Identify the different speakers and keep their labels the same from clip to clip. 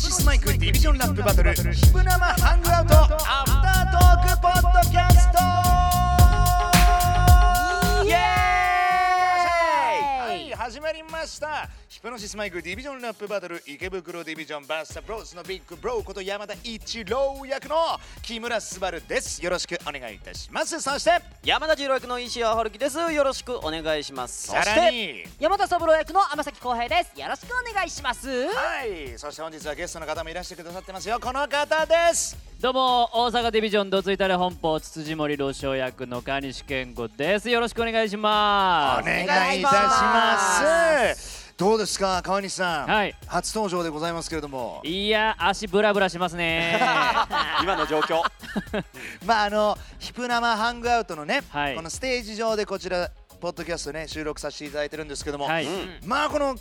Speaker 1: シスマイクディビジョンラップバトル「ヒプ生ハングアウトアフタートークポッドキャスト」イエーイはい始まりましたヒプノシスマイクディビジョンラップバトル池袋ディビジョンバースタブローズのビッグブローこと山田一郎役の木村昴ですよろしくお願いいたしますそして
Speaker 2: 山田十郎役の石尾春樹ですよろしくお願いします
Speaker 1: さらに
Speaker 3: 山田三郎役の天崎浩平ですよろしくお願いします
Speaker 1: はいそして本日はゲストの方もいらしてくださってますよこの方です
Speaker 4: どうも大阪ディビジョンどついたれ本邦つつじ森老将役の川西健吾ですよろしくお願いしま
Speaker 1: お
Speaker 4: す
Speaker 1: 願いいたしますどうですか川西さん、
Speaker 4: はい
Speaker 1: 初登場でございますけれども
Speaker 4: いや足ブラブラしま すね
Speaker 2: 今の状況
Speaker 1: まああのヒプ生ハングアウトのね、
Speaker 4: はい
Speaker 1: このステージ上でこちらポッドキャストね収録させていただいてるんですけども、
Speaker 4: はい、い
Speaker 1: まあこの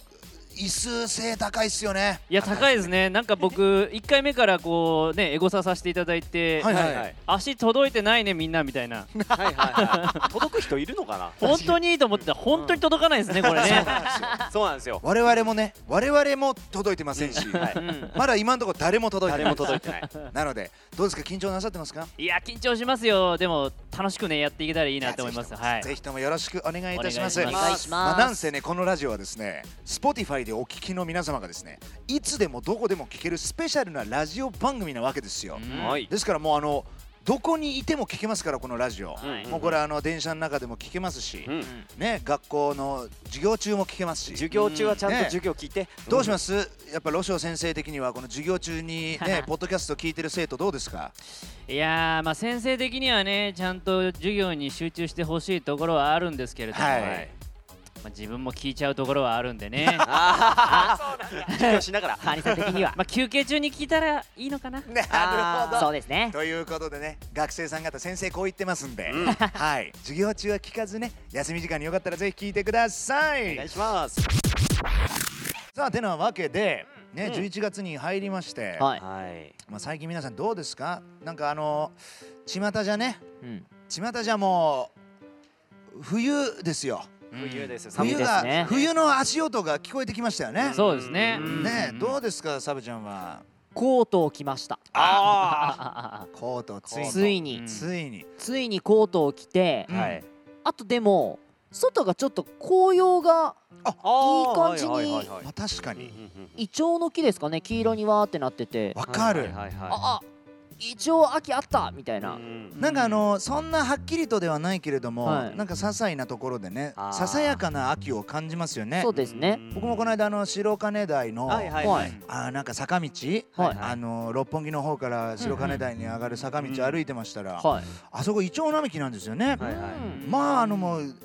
Speaker 1: 椅子性高いっすよね
Speaker 4: や高いですねなんか僕1回目からこうねエゴサさせていただいて、
Speaker 1: はいはい
Speaker 2: はい
Speaker 4: 足届いてないねみんなみた いな
Speaker 2: はいはい、はい、届く人いるのか
Speaker 4: 本当にいいと思ってたら本当に届かないですねこれね、
Speaker 2: な そうなんですよ、
Speaker 1: 我々もね我々も届いてません し、
Speaker 2: は
Speaker 4: う
Speaker 2: い、
Speaker 4: ん、
Speaker 1: まだ今のところ誰も届いて
Speaker 2: 誰
Speaker 1: な
Speaker 2: も
Speaker 1: い
Speaker 2: 届いてない
Speaker 1: なのでどうですか緊張なさってますか
Speaker 4: いや緊張しますよでも楽しくねやっていけたらいいなと思います
Speaker 1: や
Speaker 4: はい
Speaker 1: ぜひともよろしくお願いいたします
Speaker 4: お願いします
Speaker 3: お願いしま
Speaker 1: あ、
Speaker 3: す
Speaker 1: なんせねこのラジオはですね Spotify でお聞きの皆様がですねいつでもどこでも聞けるスペシャルなラジオ番組なわけですよ、
Speaker 4: うん
Speaker 2: はい
Speaker 1: ですからもうあのどこにいても聞けますからこのラジオ、
Speaker 2: はい
Speaker 1: もうこれあの電車の中でも聞けますし、
Speaker 2: うん
Speaker 1: ね学校の授業中も聞けますし
Speaker 2: 授業中はちゃんと
Speaker 1: ね
Speaker 2: 授業聞いて、
Speaker 1: どうしますすやっぱロシオ先生的にはこの授業中にねポッドキャスト聞いてる生徒どうですか
Speaker 4: いやーまあ先生的にはねちゃんと授業に集中してほしいところはあるんですけれども、
Speaker 1: は
Speaker 2: は いい、
Speaker 4: まあ、自分も聞いちゃうところはあるんでね
Speaker 2: ああ授業しながら
Speaker 3: アニさん的には
Speaker 4: まあ休憩中に聞いたらいいのかな
Speaker 2: あ ー
Speaker 3: そうですね
Speaker 1: ということでね学生さん方先生こう言ってますんで、
Speaker 2: うん
Speaker 1: はい授業中は聞かずね休み時間によかったらぜひ聞いてくださ
Speaker 2: お願い
Speaker 1: い
Speaker 2: します
Speaker 1: さあてなわけでね、
Speaker 2: うん
Speaker 1: 11月に入りまして、
Speaker 3: はい
Speaker 2: はい
Speaker 1: まあ、最近皆さんどうですかなんかあの巷じゃね
Speaker 3: うん
Speaker 1: 巷じゃもう冬ですよ
Speaker 2: 冬です寒い
Speaker 1: 冬
Speaker 2: です
Speaker 1: が、
Speaker 3: ね
Speaker 1: 冬の足音が聞こえてきましたよね
Speaker 4: そうですね
Speaker 2: うん
Speaker 1: ね
Speaker 4: うん
Speaker 1: どうですかサブちゃんは
Speaker 3: コートを着ました
Speaker 2: あ
Speaker 1: コートついに
Speaker 3: ついに、
Speaker 4: うん
Speaker 1: ついに
Speaker 3: ついにコートを着て、
Speaker 2: あはい
Speaker 3: あとでも外がちょっと紅葉が
Speaker 2: あー
Speaker 3: いい感じに
Speaker 2: はいはいはいはい
Speaker 1: まあ、確か
Speaker 2: うんう
Speaker 1: に
Speaker 2: ん
Speaker 3: イチョウの木ですかね黄色にわーってなってて
Speaker 1: わ
Speaker 2: うん
Speaker 1: かる、
Speaker 2: はいはいはい
Speaker 3: ああイチョウ秋あったみたいな、
Speaker 2: うん
Speaker 1: なんかあのそんなはっきりとではないけれども、
Speaker 3: はい
Speaker 1: なんか些細なところでね
Speaker 2: あー
Speaker 1: ささやかな秋を感じますよね
Speaker 3: そうですね
Speaker 1: 僕もこの間あの白金台の、
Speaker 2: はいはい
Speaker 3: は
Speaker 2: はいい
Speaker 1: あーなんか坂道、
Speaker 3: はい
Speaker 1: あの六本木の方から白金台に上がる坂道歩いてましたら、
Speaker 3: はい
Speaker 1: あそこイチョウ並木なんですよね、
Speaker 2: はい
Speaker 3: うん
Speaker 1: まああのもう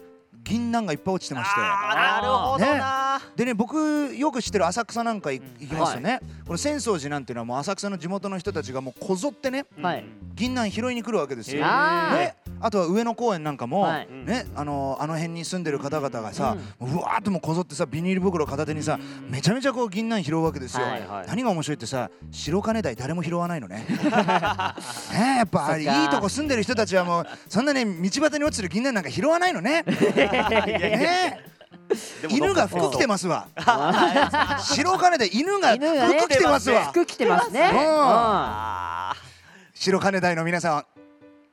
Speaker 1: 銀杏がいっぱい落ちてまして
Speaker 2: あーなるほどな
Speaker 1: でね僕よく知ってる浅草なんかい行きましたね、この浅草寺なんていうのはもう浅草の地元の人たちがもうこぞってね
Speaker 3: はい
Speaker 1: 銀杏拾いに来るわけですよ、
Speaker 4: えー
Speaker 3: あー
Speaker 1: ね、あとは上野公園なんかも、
Speaker 3: はい
Speaker 1: ね、あのあの辺に住んでる方々がさ、うわーっともうこぞってさビニール袋片手にさ、めちゃめちゃこう銀杏拾うわけですよ、
Speaker 3: はい
Speaker 2: はい
Speaker 1: 何が面白いってさ白金台誰も拾わないのねねえやっぱあれい
Speaker 3: そっか
Speaker 1: いとこ住んでる人たちはもうそんなね道端に落ちてる銀杏なんか拾わないのねねえ
Speaker 2: でも
Speaker 1: 犬が
Speaker 2: ど
Speaker 1: 服
Speaker 2: っか
Speaker 1: 着てますわ白金台犬が
Speaker 3: 犬がね
Speaker 1: 服着てますわ
Speaker 3: 服着てますね
Speaker 1: うん
Speaker 3: うん
Speaker 2: あ
Speaker 1: 白金台の皆さんは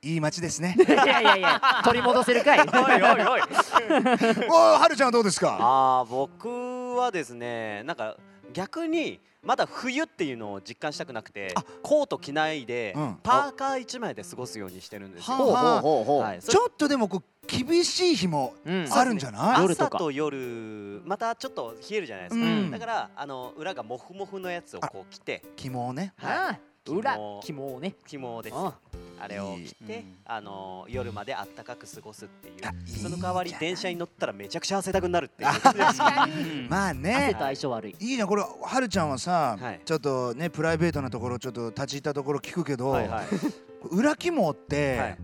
Speaker 1: いい街ですね
Speaker 3: いやいやいや取り戻せるかい
Speaker 2: ー おいおいおい
Speaker 1: おーはるちゃんはどうですか
Speaker 2: あー僕はですねなんか逆にまだ冬っていうのを実感したくなくてコート着ないで、
Speaker 1: うん
Speaker 2: パーカー1枚で過ごすようにしてるんですよ。
Speaker 1: はあはあ
Speaker 3: ほうほ
Speaker 2: はいそ
Speaker 1: ち
Speaker 2: れ
Speaker 1: ょっとでもこう厳しい日も
Speaker 3: うん
Speaker 1: あるんじゃない、
Speaker 3: 夜と
Speaker 2: 朝
Speaker 3: か
Speaker 2: と夜またちょっと冷えるじゃないですか、
Speaker 1: うん
Speaker 2: だからあの裏がモフモフのやつをこう着て
Speaker 1: 肝をね
Speaker 2: は
Speaker 3: うん裏
Speaker 2: 肝
Speaker 3: 肝をね
Speaker 2: 紐です
Speaker 3: うん
Speaker 2: あれを着て、
Speaker 1: いいうん
Speaker 2: あの夜まであったかく過ごすっていう
Speaker 1: あいい
Speaker 2: その代わり
Speaker 1: じゃない
Speaker 2: 電車に乗ったらめちゃくちゃ汗だくになるっていう
Speaker 4: うん
Speaker 1: まあ
Speaker 3: 汗
Speaker 1: ね
Speaker 3: と相性悪い
Speaker 1: いいじゃんこれはるちゃんはさ、
Speaker 2: はい
Speaker 1: ちょっとねプライベートなところちょっと立ち入ったところ聞くけど、
Speaker 2: はいはい
Speaker 1: 裏肝って、
Speaker 2: はい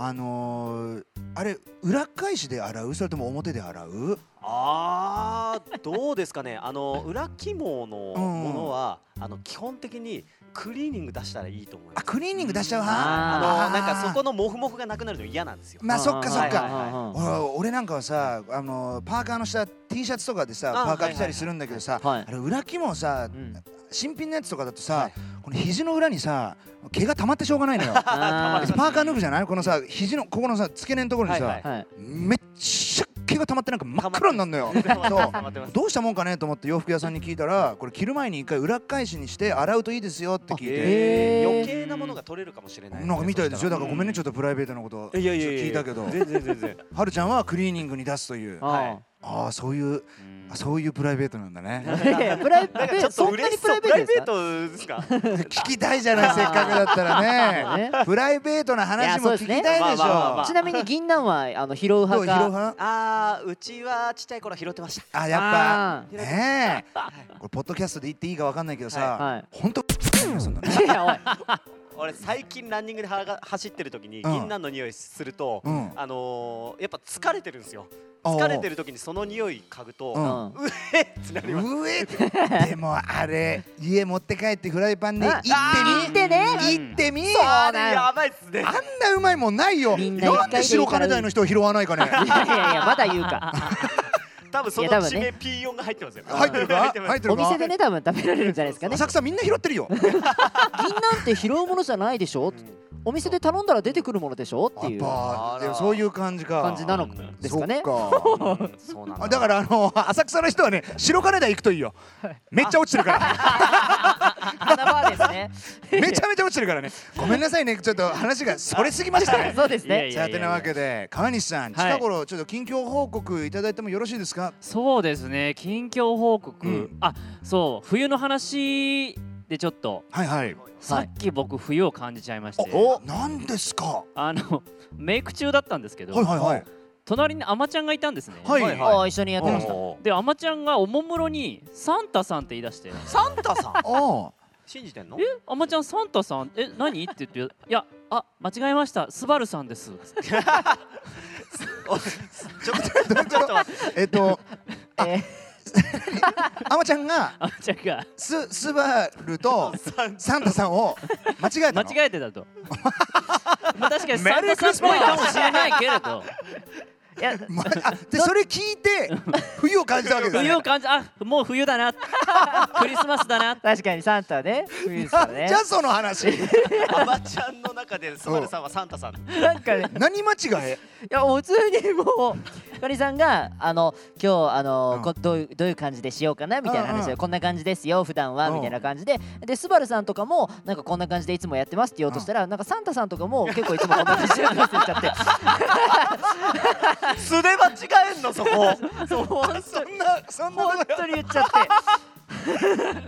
Speaker 1: あのー、あれ裏返しで洗うそれとも表で洗う
Speaker 2: あーどうですかねあの裏肝のものは、あの基本的にクリーニング出したらいいと思いま
Speaker 1: あ
Speaker 2: す
Speaker 1: クリーニング出しちゃう派
Speaker 2: あ
Speaker 3: あ
Speaker 2: のなんかそこのモフモフがなくなるの嫌なんですよ、
Speaker 1: まあそっかそっか、
Speaker 2: はいはいは
Speaker 1: 俺俺なんかはさ、あのーパーカーの下 T シャツとかでさ
Speaker 2: あ
Speaker 1: パーカー着たりするんだけどさ、
Speaker 3: はいはいはい
Speaker 1: あれ裏肝をさ、
Speaker 3: うん
Speaker 1: 新品のやつとかだとさ、
Speaker 2: はい
Speaker 1: この肘の裏にさ毛が溜まってしょうがないの よパ
Speaker 4: あー
Speaker 1: ーカー脱ぐじゃないこのさ肘のここのさ付け根のところにさ、
Speaker 2: はいはい
Speaker 3: はい。
Speaker 1: めっちゃ毛が溜まってなんか真っ黒になるのよそうどうしたもんかねと思って洋服屋さんに聞いたらこれ着る前に一回裏返しにして洗うといいですよって聞いて
Speaker 3: へー
Speaker 2: 余計なものが取れるかもしれない
Speaker 1: なんかみたいですよだからごめんねちょ
Speaker 2: ょ
Speaker 1: っとプライベートなこと
Speaker 2: いやいやいや
Speaker 1: 聞いたけど
Speaker 2: 全然全然
Speaker 1: はるちゃんはクリーニングに出すという
Speaker 4: あ
Speaker 1: あ
Speaker 2: はい
Speaker 1: あそういうあそういうプライベートなんだね
Speaker 3: い やいやプライベ
Speaker 2: なんか
Speaker 3: ー
Speaker 2: ち
Speaker 3: ト
Speaker 2: ょっと
Speaker 3: そんな
Speaker 2: 嬉
Speaker 3: に
Speaker 2: し
Speaker 3: プラ
Speaker 2: そう
Speaker 3: イ
Speaker 2: プ
Speaker 3: ベ
Speaker 2: ラ
Speaker 3: ー
Speaker 2: イ
Speaker 3: ト
Speaker 2: ベ
Speaker 3: です
Speaker 2: ー
Speaker 3: か？
Speaker 2: トですか
Speaker 1: 聞きたいじゃないせっかくだった らね
Speaker 3: ね
Speaker 1: プライベートな話も聞きたいでしょ
Speaker 2: いやそうですねまあまあまあま
Speaker 3: ちなみに銀杏はあの拾う
Speaker 1: どう
Speaker 3: 派
Speaker 1: ひろ
Speaker 3: か。
Speaker 1: は
Speaker 2: あーうちはちっちゃい頃拾ってました
Speaker 1: あやっぱ
Speaker 3: あ
Speaker 1: ねえこれポッドキャストで言っていいかわかんないけど
Speaker 3: ー
Speaker 1: さ
Speaker 3: はい。
Speaker 1: 本当そんなの
Speaker 3: いやおい。
Speaker 2: 俺最近ランニングではが走ってる時に
Speaker 1: うん
Speaker 2: 銀杏の匂いすると、
Speaker 1: うん
Speaker 2: あのー、やっぱ疲れてるんですよ
Speaker 1: おう
Speaker 2: 疲れてる時にその匂い嗅ぐと、
Speaker 1: う
Speaker 2: うん
Speaker 3: うん
Speaker 2: えっってなります
Speaker 1: うえでもあれ家持って帰ってフライパンでいってみ
Speaker 3: あ行ってね
Speaker 1: 行ってみ
Speaker 3: そう
Speaker 1: あ
Speaker 2: あ
Speaker 1: ん
Speaker 2: れやばいっすね
Speaker 1: なうまいもんないよ
Speaker 3: みんな一回で
Speaker 1: なん
Speaker 3: いいから
Speaker 1: で白金台の人は拾わないかね
Speaker 3: いやいやいやまだ言う か。
Speaker 2: 多分そ
Speaker 3: い
Speaker 2: の
Speaker 3: や多分
Speaker 2: 地
Speaker 3: ね
Speaker 2: 名 P4 が入ってますよ
Speaker 1: 入ってるか入ってる
Speaker 3: お
Speaker 1: か
Speaker 3: 店でね多分食べられるんじゃないですかね。
Speaker 1: 浅草みんな拾ってるよ
Speaker 3: 銀杏って拾うものじゃないでしょ。お店で頼んだら出てくるものでしょっていう
Speaker 1: あ
Speaker 2: あら
Speaker 1: ーそういう感じか
Speaker 3: 感じなのですか ね。
Speaker 1: そっか
Speaker 2: うんそうなん
Speaker 1: あ
Speaker 2: だ
Speaker 1: だからあの浅草の人はね白金台行くといいよめっちゃ落ちてるから
Speaker 3: 花バーですね。
Speaker 1: めちゃめちゃ落ちてるからねごめんなさいねちょっと話がそれすぎましたね
Speaker 3: そうです
Speaker 4: いやい
Speaker 3: ね。
Speaker 4: や
Speaker 1: さてなわけで川西さん
Speaker 4: はい
Speaker 1: 近頃ちょっと近況報告いただいてもよろしいですか
Speaker 4: そうですね近況報告、
Speaker 1: うん
Speaker 4: あそう冬の話でちょっと
Speaker 1: はいはい
Speaker 4: さっき僕冬を感じちゃいまして、
Speaker 1: お何ですか
Speaker 4: あのメイク中だったんですけど、
Speaker 1: はいはいはい
Speaker 4: 隣にアマちゃんがいたんですね、
Speaker 1: はい
Speaker 2: はい
Speaker 3: あー一緒にやってました。
Speaker 2: おー
Speaker 4: でアマちゃんがおもむろにサンタさんって言い出して
Speaker 2: サンタさん
Speaker 1: あ
Speaker 2: 信じてんの
Speaker 4: えあまちゃんサンタさんえ何って言っていやあ間違えましたスバルさんですつって
Speaker 2: おちょっとちょっとちょっと待って
Speaker 1: あえっと
Speaker 3: えー
Speaker 1: あまちゃんが
Speaker 4: あまちゃんが
Speaker 1: ススバルと
Speaker 2: サン
Speaker 1: サンタさんを間違えたの
Speaker 4: 間違えてたとまあ確かにサンタさんっぽいかもしれないけれど
Speaker 3: いや
Speaker 1: まあでそれ聞いて冬を感じたわけですね
Speaker 4: 冬を感じあもう冬だなクリスマスだな
Speaker 3: 確かにサンタね冬です
Speaker 1: な
Speaker 3: から
Speaker 1: ん
Speaker 3: ね
Speaker 1: じゃその話
Speaker 2: アマちゃんの中でスバルさんはサンタさん
Speaker 3: なんかね
Speaker 1: 何間違え
Speaker 3: いやもう普通にもうひかりさんがあの今日あの、
Speaker 1: うん
Speaker 3: こどういうどういう感じでしようかなみたいな
Speaker 1: う
Speaker 3: 話
Speaker 1: んう
Speaker 3: で
Speaker 1: ん
Speaker 3: こんな感じですよ普段は
Speaker 1: うん
Speaker 3: みたいな感じででスバルさんとかもなんかこんな感じでいつもやってますって言おうとしたらなんかサンタさんとかも結構いつもこんな感じでやってますって言っちゃ
Speaker 2: 素で間違えんのそこ
Speaker 3: ってそう本
Speaker 1: そんなそんなこと
Speaker 3: 当に言っちゃっ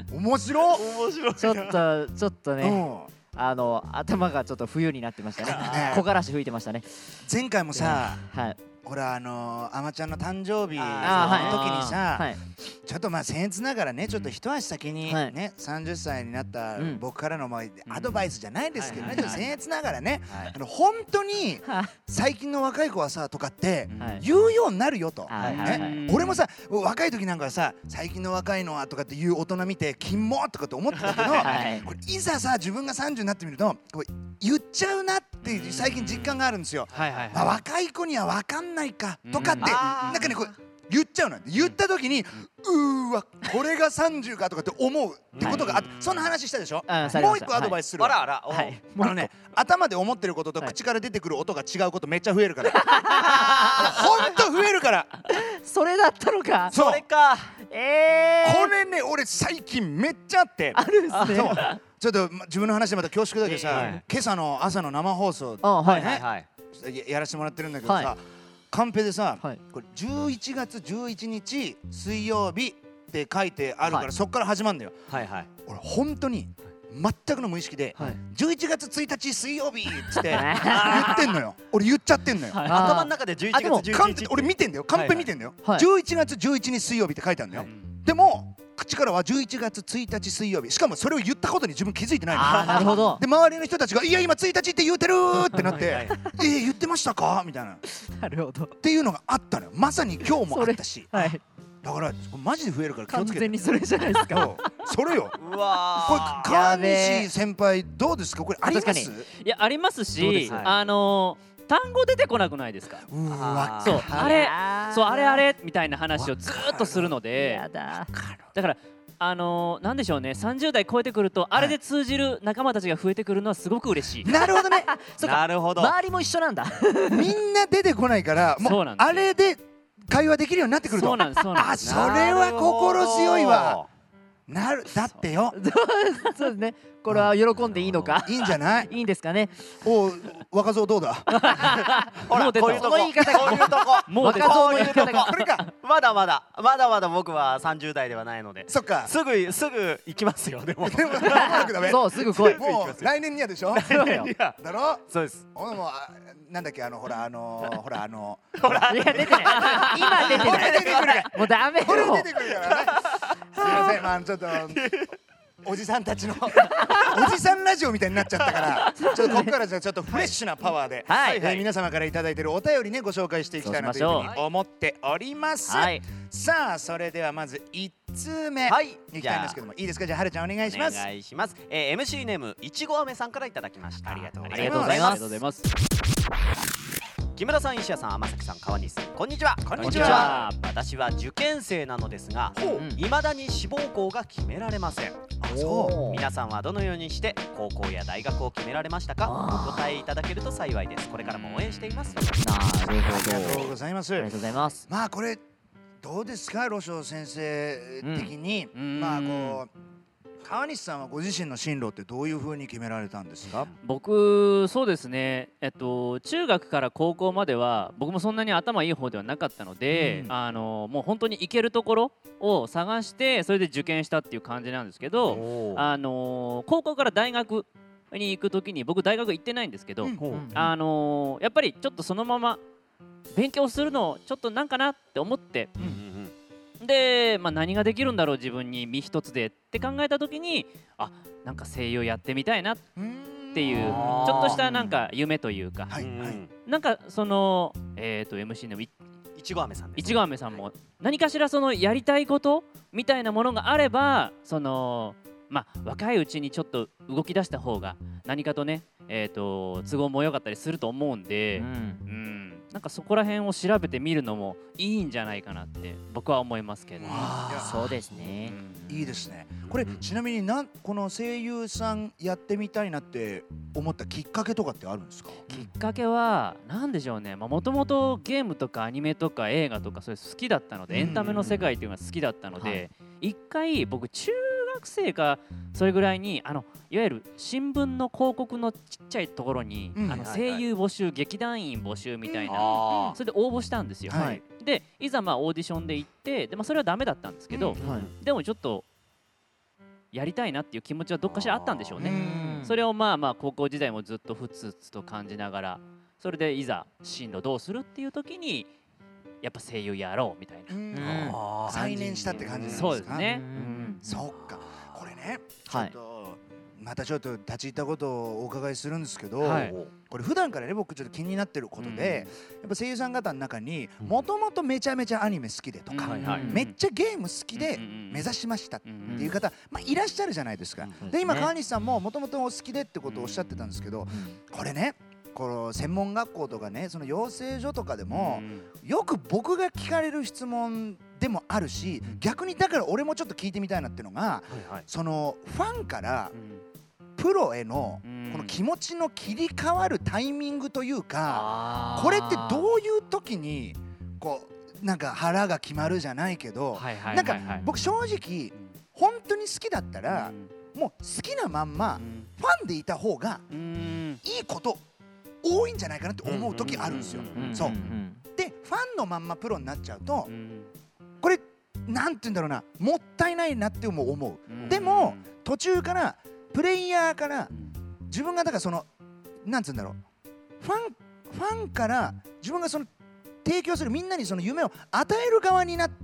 Speaker 3: て
Speaker 1: 面白
Speaker 2: 面白い
Speaker 3: ちょっとちょっと
Speaker 1: う
Speaker 3: ね
Speaker 1: ん
Speaker 3: あの頭がちょっと冬になってました
Speaker 1: あ
Speaker 3: ね
Speaker 1: ー
Speaker 3: 木枯らし吹いてましたね
Speaker 1: 前回もさ
Speaker 3: はい
Speaker 1: ほらあのーあまちゃんの誕生日の
Speaker 3: あー
Speaker 1: 時に
Speaker 3: は
Speaker 1: さ
Speaker 3: い
Speaker 1: ちょっとまあ僭越ながらねちょっと一足先に
Speaker 3: はい
Speaker 1: ね30歳になった
Speaker 3: うん
Speaker 1: 僕からのまあアドバイスじゃないですけどね
Speaker 4: うん
Speaker 1: ちょっと僭越ながらね
Speaker 2: はい
Speaker 1: あの本当に
Speaker 3: はい
Speaker 1: 最近の若い子はさとかって
Speaker 3: はい
Speaker 1: 言うようになるよと。
Speaker 3: はいはいはい
Speaker 1: ね、俺もさ若い時なんかはさ最近の若いのはとかっていう大人見て「キモ!」とかって思ってたけど、
Speaker 3: はい
Speaker 1: これいざさ自分が30になってみるとこう言っちゃうなっていう最近実感があるんですよ。
Speaker 4: はいはい
Speaker 1: まあ、
Speaker 4: は
Speaker 1: 若い子には分かんないかとかって
Speaker 4: うん
Speaker 1: なんかねこう言っちゃうのよ言った時にうーわこれが30かとかって思うってことがあってそんな話したでしょ
Speaker 3: うんされ
Speaker 1: も
Speaker 3: ま
Speaker 1: う
Speaker 3: し
Speaker 1: 一
Speaker 3: た
Speaker 1: 個アドバイスする
Speaker 2: あ
Speaker 1: わ
Speaker 2: らあらお
Speaker 3: はい
Speaker 1: あのね頭で思ってることと
Speaker 3: はい
Speaker 1: 口から出てくる音が違うことめっちゃ増えるからほんと増えるから
Speaker 3: それだったのか
Speaker 1: そう
Speaker 2: それか
Speaker 3: えー
Speaker 1: これね俺最近めっちゃあって
Speaker 3: あるんすね
Speaker 1: そうちょっとま自分の話でまた恐縮だけど
Speaker 2: いえい
Speaker 1: さ
Speaker 2: え
Speaker 1: 今朝の朝の生放送
Speaker 3: あはい
Speaker 1: ね
Speaker 2: はい
Speaker 1: ややらせてもらってるんだけど
Speaker 3: は
Speaker 1: さカンペでさ
Speaker 3: はい
Speaker 1: これ11月11日水曜日って書いてあるか
Speaker 2: は
Speaker 1: らそっから始まるんだよ
Speaker 2: はいはい
Speaker 1: 俺本当に全くの無意識で
Speaker 3: はい
Speaker 1: 11月1日水曜日っつ って言ってんのよ俺言っちゃってんのよ
Speaker 3: い
Speaker 2: 頭の中で11
Speaker 3: あでも
Speaker 2: 月
Speaker 1: カ
Speaker 2: 11
Speaker 1: ンペ
Speaker 2: 日
Speaker 1: 俺見てんだよカンペ見てんだよ、
Speaker 3: はい
Speaker 1: 11月11日水曜日って書いてあるんだよ、でも口からは11月1日水曜日しかもそれを言ったことに自分気づいてないの
Speaker 3: あーなるほど
Speaker 1: で周りの人たちが「いや今1日って言うてる!」ってなって「
Speaker 2: はいは
Speaker 1: え
Speaker 2: い
Speaker 1: ー、言ってましたか?」みたいなっ
Speaker 3: なるほど
Speaker 1: ていうのがあったのよまさに今日もあったし
Speaker 3: はい
Speaker 1: だからマジで増えるから気を
Speaker 3: 完
Speaker 1: つけて
Speaker 3: 全にそれじゃないですか
Speaker 1: そうそれよ
Speaker 2: うわ
Speaker 1: これ
Speaker 2: ー
Speaker 1: 川
Speaker 3: やべ
Speaker 1: 西
Speaker 3: え
Speaker 1: 先輩どうですかこれありま
Speaker 3: 確
Speaker 1: す
Speaker 3: か
Speaker 4: いいやあります
Speaker 3: どうで
Speaker 4: し
Speaker 3: す
Speaker 4: あのー単語出てこなくないですか
Speaker 1: うーわ
Speaker 2: あー
Speaker 4: そうあれ
Speaker 3: あー
Speaker 4: そうあれあれみたいな話をずーっとするので
Speaker 3: やだ
Speaker 4: だからあのーなんでしょうね30代超えてくるとあれで通じる仲間たちが増えてくるのはすごく嬉しい
Speaker 1: なるほどね
Speaker 3: そう
Speaker 2: な
Speaker 3: か
Speaker 2: るほど。
Speaker 3: 周りも一緒なんだ
Speaker 1: みんな出てこないからも
Speaker 4: そううなんですよ
Speaker 1: あれで会話できるようになってくると
Speaker 4: そうなんですそうなん
Speaker 1: あ
Speaker 4: です
Speaker 1: それは心強いわ。なるだってよ
Speaker 3: そうですねこれは喜んでいいのか
Speaker 1: いいんじゃない
Speaker 3: いいんですかね
Speaker 1: おう若造どうだ
Speaker 2: ほ
Speaker 4: も
Speaker 2: ら
Speaker 4: う出た
Speaker 2: こういうとこ。
Speaker 3: その言い方が
Speaker 2: こういうとこ。
Speaker 4: もう出た
Speaker 3: 若
Speaker 2: こ
Speaker 3: 造の
Speaker 2: う
Speaker 3: 言
Speaker 2: い
Speaker 3: いう方
Speaker 2: とこ
Speaker 3: が。
Speaker 1: これか
Speaker 2: まだまだまだまだ僕は30代ではないので。
Speaker 1: そっか
Speaker 2: すぐすぐ行きますよでも。
Speaker 1: でも間もなくだめ
Speaker 3: そうすぐ来い
Speaker 1: もう来年にはでしょ
Speaker 3: そうよ
Speaker 2: いや
Speaker 1: だろ
Speaker 2: そうです。
Speaker 1: 俺もあなんだっけあのほらあのーほらあのー
Speaker 3: いや出てない 今出て
Speaker 1: こ
Speaker 3: な
Speaker 1: れ出
Speaker 3: い
Speaker 1: てくるから
Speaker 3: もうダメよ
Speaker 1: これ出てくるからねすいませんまあちょっとおじさんたちのおじさんラジオみたいになっちゃったからちょっとここからじゃあちょっとフレッシュなパワーで、
Speaker 4: はい
Speaker 1: えー皆様から頂いただいてるお便りねご紹介していきたいなというふ
Speaker 4: そうし
Speaker 1: う
Speaker 4: まし
Speaker 1: に思っております、
Speaker 4: はい
Speaker 1: さあそれではまず1通目、、
Speaker 2: はいい。
Speaker 1: きたいんですけどもいいですかじゃあはるちゃんお願いします
Speaker 2: お願いします。えー MC ネームいちご飴さんからいただきました。
Speaker 1: ありがとうございます
Speaker 4: ありがとうございますありがとうございます
Speaker 2: 木村さん、石谷さん、天崎さん、川西さん、こんにちは。
Speaker 1: こん
Speaker 4: こん
Speaker 1: に
Speaker 4: に
Speaker 1: ち
Speaker 4: ち
Speaker 1: は
Speaker 4: は
Speaker 2: 私は受験生なのですが、
Speaker 1: ほう
Speaker 3: うん
Speaker 2: いまだに志望校が決められません。
Speaker 1: あそう
Speaker 3: おー
Speaker 2: 皆さんはどのようにして高校や大学を決められましたか
Speaker 3: あー
Speaker 2: お答えいただけると幸いですこれからも応援しています
Speaker 3: なるほ
Speaker 1: あ
Speaker 3: ど
Speaker 1: りがとうございます
Speaker 3: ありがとうございます
Speaker 1: まあこれどうですかロショ先生的に、
Speaker 4: うん
Speaker 1: まあこう川西さんはご自身の進路ってどういうふうに決められたんですか
Speaker 4: 僕そうですねえっと中学から高校までは僕もそんなに頭いい方ではなかったので、
Speaker 1: うん
Speaker 4: あのもう本当に行けるところを探してそれで受験したっていう感じなんですけど、あの高校から大学に行く時に僕大学行ってないんですけど、
Speaker 1: うん
Speaker 2: ほう
Speaker 3: うん
Speaker 4: あのやっぱりちょっとそのまま勉強するのちょっとなんかなって思ってで、まあ、何ができるんだろう自分に身一つでって考えた時にあなんか声優やってみたいなっっていうち
Speaker 2: あー
Speaker 4: ょっとしたなんか夢というか
Speaker 1: はいはい
Speaker 4: なんかそのえっと MC のい
Speaker 2: いちご飴さんです
Speaker 4: いちご飴さんも何かしらそのやりたいことみたいなものがあればそのまあ若いうちにちょっと動き出した方が何かとねえっと都合も良かったりすると思うんで
Speaker 3: うん
Speaker 4: うんなんかそこら辺を調べてみるのもいいんじゃないかなって僕は思いますけど。
Speaker 1: わあ
Speaker 3: そうです
Speaker 4: う
Speaker 3: ね
Speaker 4: ん
Speaker 1: いいですねこれちなみになんこの声優さんやってみたいなって思ったきっかけとかってあるんですか
Speaker 4: きっかけは何でしょうねもともとゲームとかアニメとか映画とかそういう好きだったので
Speaker 1: うん
Speaker 4: エンタメの世界っていうのが好きだったので一回僕中学生かそれぐらいにあのいわゆる新聞の広告のちっちゃいところに
Speaker 1: うん
Speaker 4: あの
Speaker 2: はいはい
Speaker 4: 声優募集劇団員募集みたいな
Speaker 2: あ
Speaker 4: それで応募したんですよ。
Speaker 1: はい
Speaker 4: でいざまあオーディションで行ってで、まあ、それはダメだったんですけど
Speaker 1: う
Speaker 2: はい
Speaker 4: でもちょっとやりたいなっていう気持ちはどっかしらあったんでしょうね。
Speaker 3: うん
Speaker 4: それをまあまあ高校時代もずっとふつふつと感じながらそれでいざ進路どうするっていう時にやっぱ声優やろうみたいな、
Speaker 1: うん
Speaker 3: うん
Speaker 2: あー
Speaker 1: 再燃したって感じなんですか
Speaker 4: そうですね、
Speaker 3: うん
Speaker 1: そっかこれねちょ
Speaker 3: は
Speaker 1: っ
Speaker 3: い
Speaker 1: と、またちょっと立ち入ったことをお伺いするんですけど、
Speaker 4: はい
Speaker 1: これ普段からね僕ちょっと気になってることで、やっぱ声優さん方の中に
Speaker 2: うん
Speaker 1: もともとめちゃめちゃアニメ好きでとか、
Speaker 4: はいはい
Speaker 1: めっちゃゲーム好きで
Speaker 4: うんうんうん
Speaker 1: 目指しましたっ
Speaker 4: うんうん
Speaker 1: ていう方、まあ、いらっしゃるじゃないですか。
Speaker 2: うん
Speaker 1: で今
Speaker 4: ね
Speaker 1: 川西さんももともとお好きでってことをおっしゃってたんですけど、これねこの専門学校とかねその養成所とかでも、よく僕が聞かれる質問でもあるし逆にだから俺もちょっと聞いてみたいなってのがそのファンからプロへのこの気
Speaker 4: 持
Speaker 1: 持
Speaker 4: ち
Speaker 1: ちの切り替わるタイミングというか、
Speaker 4: が
Speaker 1: これってどういう時にこうなんか腹が決まるじゃないけど、
Speaker 4: はいはい
Speaker 1: なん
Speaker 4: はいは
Speaker 1: か
Speaker 4: い
Speaker 1: 僕正直本当に好きだったら、もう好きなまんまファンでいた方が
Speaker 4: うん
Speaker 1: いいこと多いんじゃないかなって思う時あるんですよ。
Speaker 2: うんうん
Speaker 4: うんうん
Speaker 1: そう
Speaker 4: うん
Speaker 1: でファンのまんまプロになっちゃうと
Speaker 4: うん
Speaker 1: これなんて言うんだろうなもったいないなっても思う。
Speaker 4: うん
Speaker 1: でも途中からプレイヤーから自分がだからそのなんつうんだろうファンファンから自分がその提供するみんなにその夢を与える側になる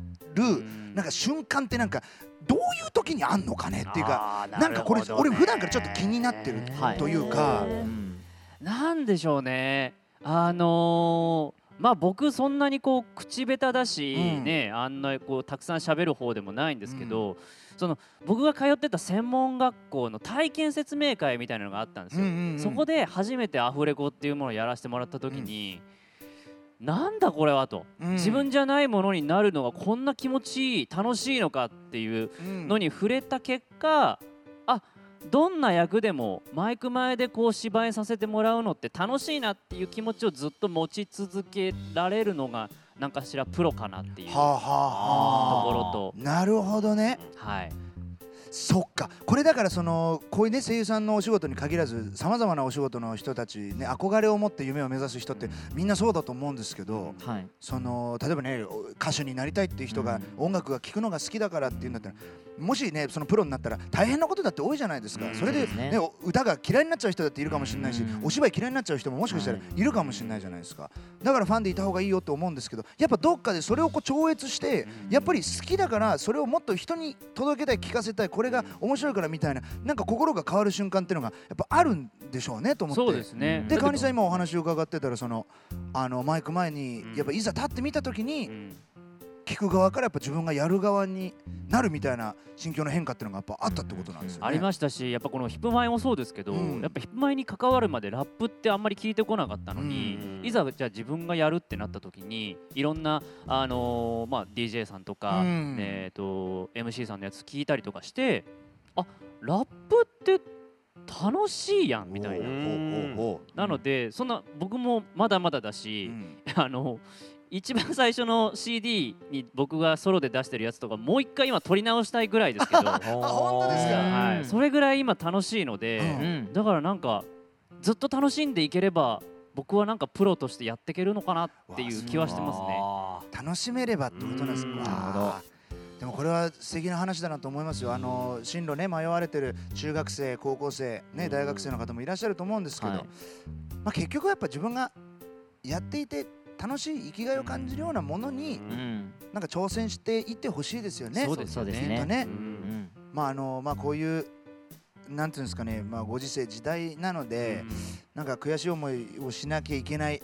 Speaker 1: なんか瞬間ってなんかどういう時にあんのかねっていうか
Speaker 2: か
Speaker 1: なんかこれ俺普段からちょっと気になってる
Speaker 3: はい
Speaker 1: というか
Speaker 3: う
Speaker 2: うん
Speaker 3: ん
Speaker 4: なんでしょうねあのーまあ僕そんなにこう口下手だし、
Speaker 1: うん
Speaker 4: ねあんなこうたくさん喋る方でもないんですけど、その僕が通ってた専門学校の体験説明会みたいなのがあったんですよ、
Speaker 1: うんうんうん
Speaker 4: そこで初めてアフレコっていうものをやらせてもらった時に、なんだこれはと、
Speaker 1: うん
Speaker 4: 自分じゃないものになるのがこんな気持ちいい楽しいのかっていうの
Speaker 1: に
Speaker 4: に触れた結果あどんな役でもマイク前でこう芝居させてもらうのって楽しいなっていう気持ちをずっと持ち続けられるのが何かしらプロかなっていうと
Speaker 1: はあ
Speaker 4: こ
Speaker 1: はあはあ
Speaker 4: ろと、
Speaker 1: なるほどね
Speaker 4: はい、
Speaker 1: そっかこれだからそのこういうね声優さんのお仕事に限らずさまざまなお仕事の人たちね憧れを持って夢を目指す人ってみんなそうだと思うんですけど
Speaker 3: はい
Speaker 1: その例えばねお歌手になりたいっていう人が音楽が聴くのが好きだからっていうんだったらもしねそのプロになったら大変なことだって多いじゃないですか
Speaker 2: うん
Speaker 1: それで
Speaker 3: そうですね
Speaker 1: ねお歌が嫌いになっちゃう人だっているかもしれないし
Speaker 4: うん
Speaker 1: お芝居嫌いになっちゃう人ももしかしたら
Speaker 3: はい
Speaker 1: るかもしれないじゃないですかだからファンでいた方がいいよって思うんですけどやっぱどっかでそれをこう超越して
Speaker 2: うん
Speaker 1: やっぱり好きだからそれをもっと人に届けたい聞かせたいこれが面白いからみたいななんか心が変わる瞬間っていうのがやっぱあるんでしょうねと思って
Speaker 4: そうですね
Speaker 1: で
Speaker 4: だけど
Speaker 1: 川西さん今お話を伺ってたらそのあのマイク前に
Speaker 2: うん
Speaker 1: やっぱいざ立ってみた時
Speaker 2: う
Speaker 1: に
Speaker 2: ん
Speaker 1: 聞く側からやっぱ自分がやる側になるみたいな心境の変化っていうのがやっぱあったってことなんですよね。
Speaker 4: ありましたしやっぱこのヒップマイもそうですけど、
Speaker 1: うん
Speaker 4: やっぱヒップマイに関わるまでラップってあんまり聞いてこなかったのに、
Speaker 2: うん
Speaker 4: いざじゃあ自分がやるってなった時にいろんな、あのーまあ、DJ さんとか、
Speaker 1: うん
Speaker 4: えー、と MC さんのやつ聞いたりとかしてあラップって楽しいやんみたいな。
Speaker 2: うん
Speaker 4: なのでそんな僕もまだまだだし、
Speaker 1: うん
Speaker 4: あの一番最初の CD に僕がソロで出してるやつとかもう一回今撮り直したいぐらいですけど、
Speaker 1: あ本当ですか
Speaker 4: はい、それぐらい今楽しいので、
Speaker 1: うん
Speaker 3: うん
Speaker 4: だからなんかずっと楽しんでいければ僕はなんかプロとしてやっていけるのかなっていう気はしてますね。
Speaker 2: ね。
Speaker 1: 楽しめればってことなんです
Speaker 2: うん
Speaker 1: わ
Speaker 2: なるほ
Speaker 1: あでもこれは素敵な話だなと思いますよあの進路ね迷われてる中学生高校生ね大学生の方もいらっしゃると思うんですけど、
Speaker 4: はい
Speaker 1: まあ、結局やっぱ自分がやっていて楽しい生きがいを感じるようなものに
Speaker 3: うん
Speaker 1: なんか挑戦していってほしいですよね。
Speaker 4: そうですよね
Speaker 3: そうです
Speaker 1: きっとね
Speaker 3: ねうん
Speaker 1: まああのまあこういうなんていうんですかね、まあ、ご時世時代なので、なんか悔しい思いをしなきゃいけない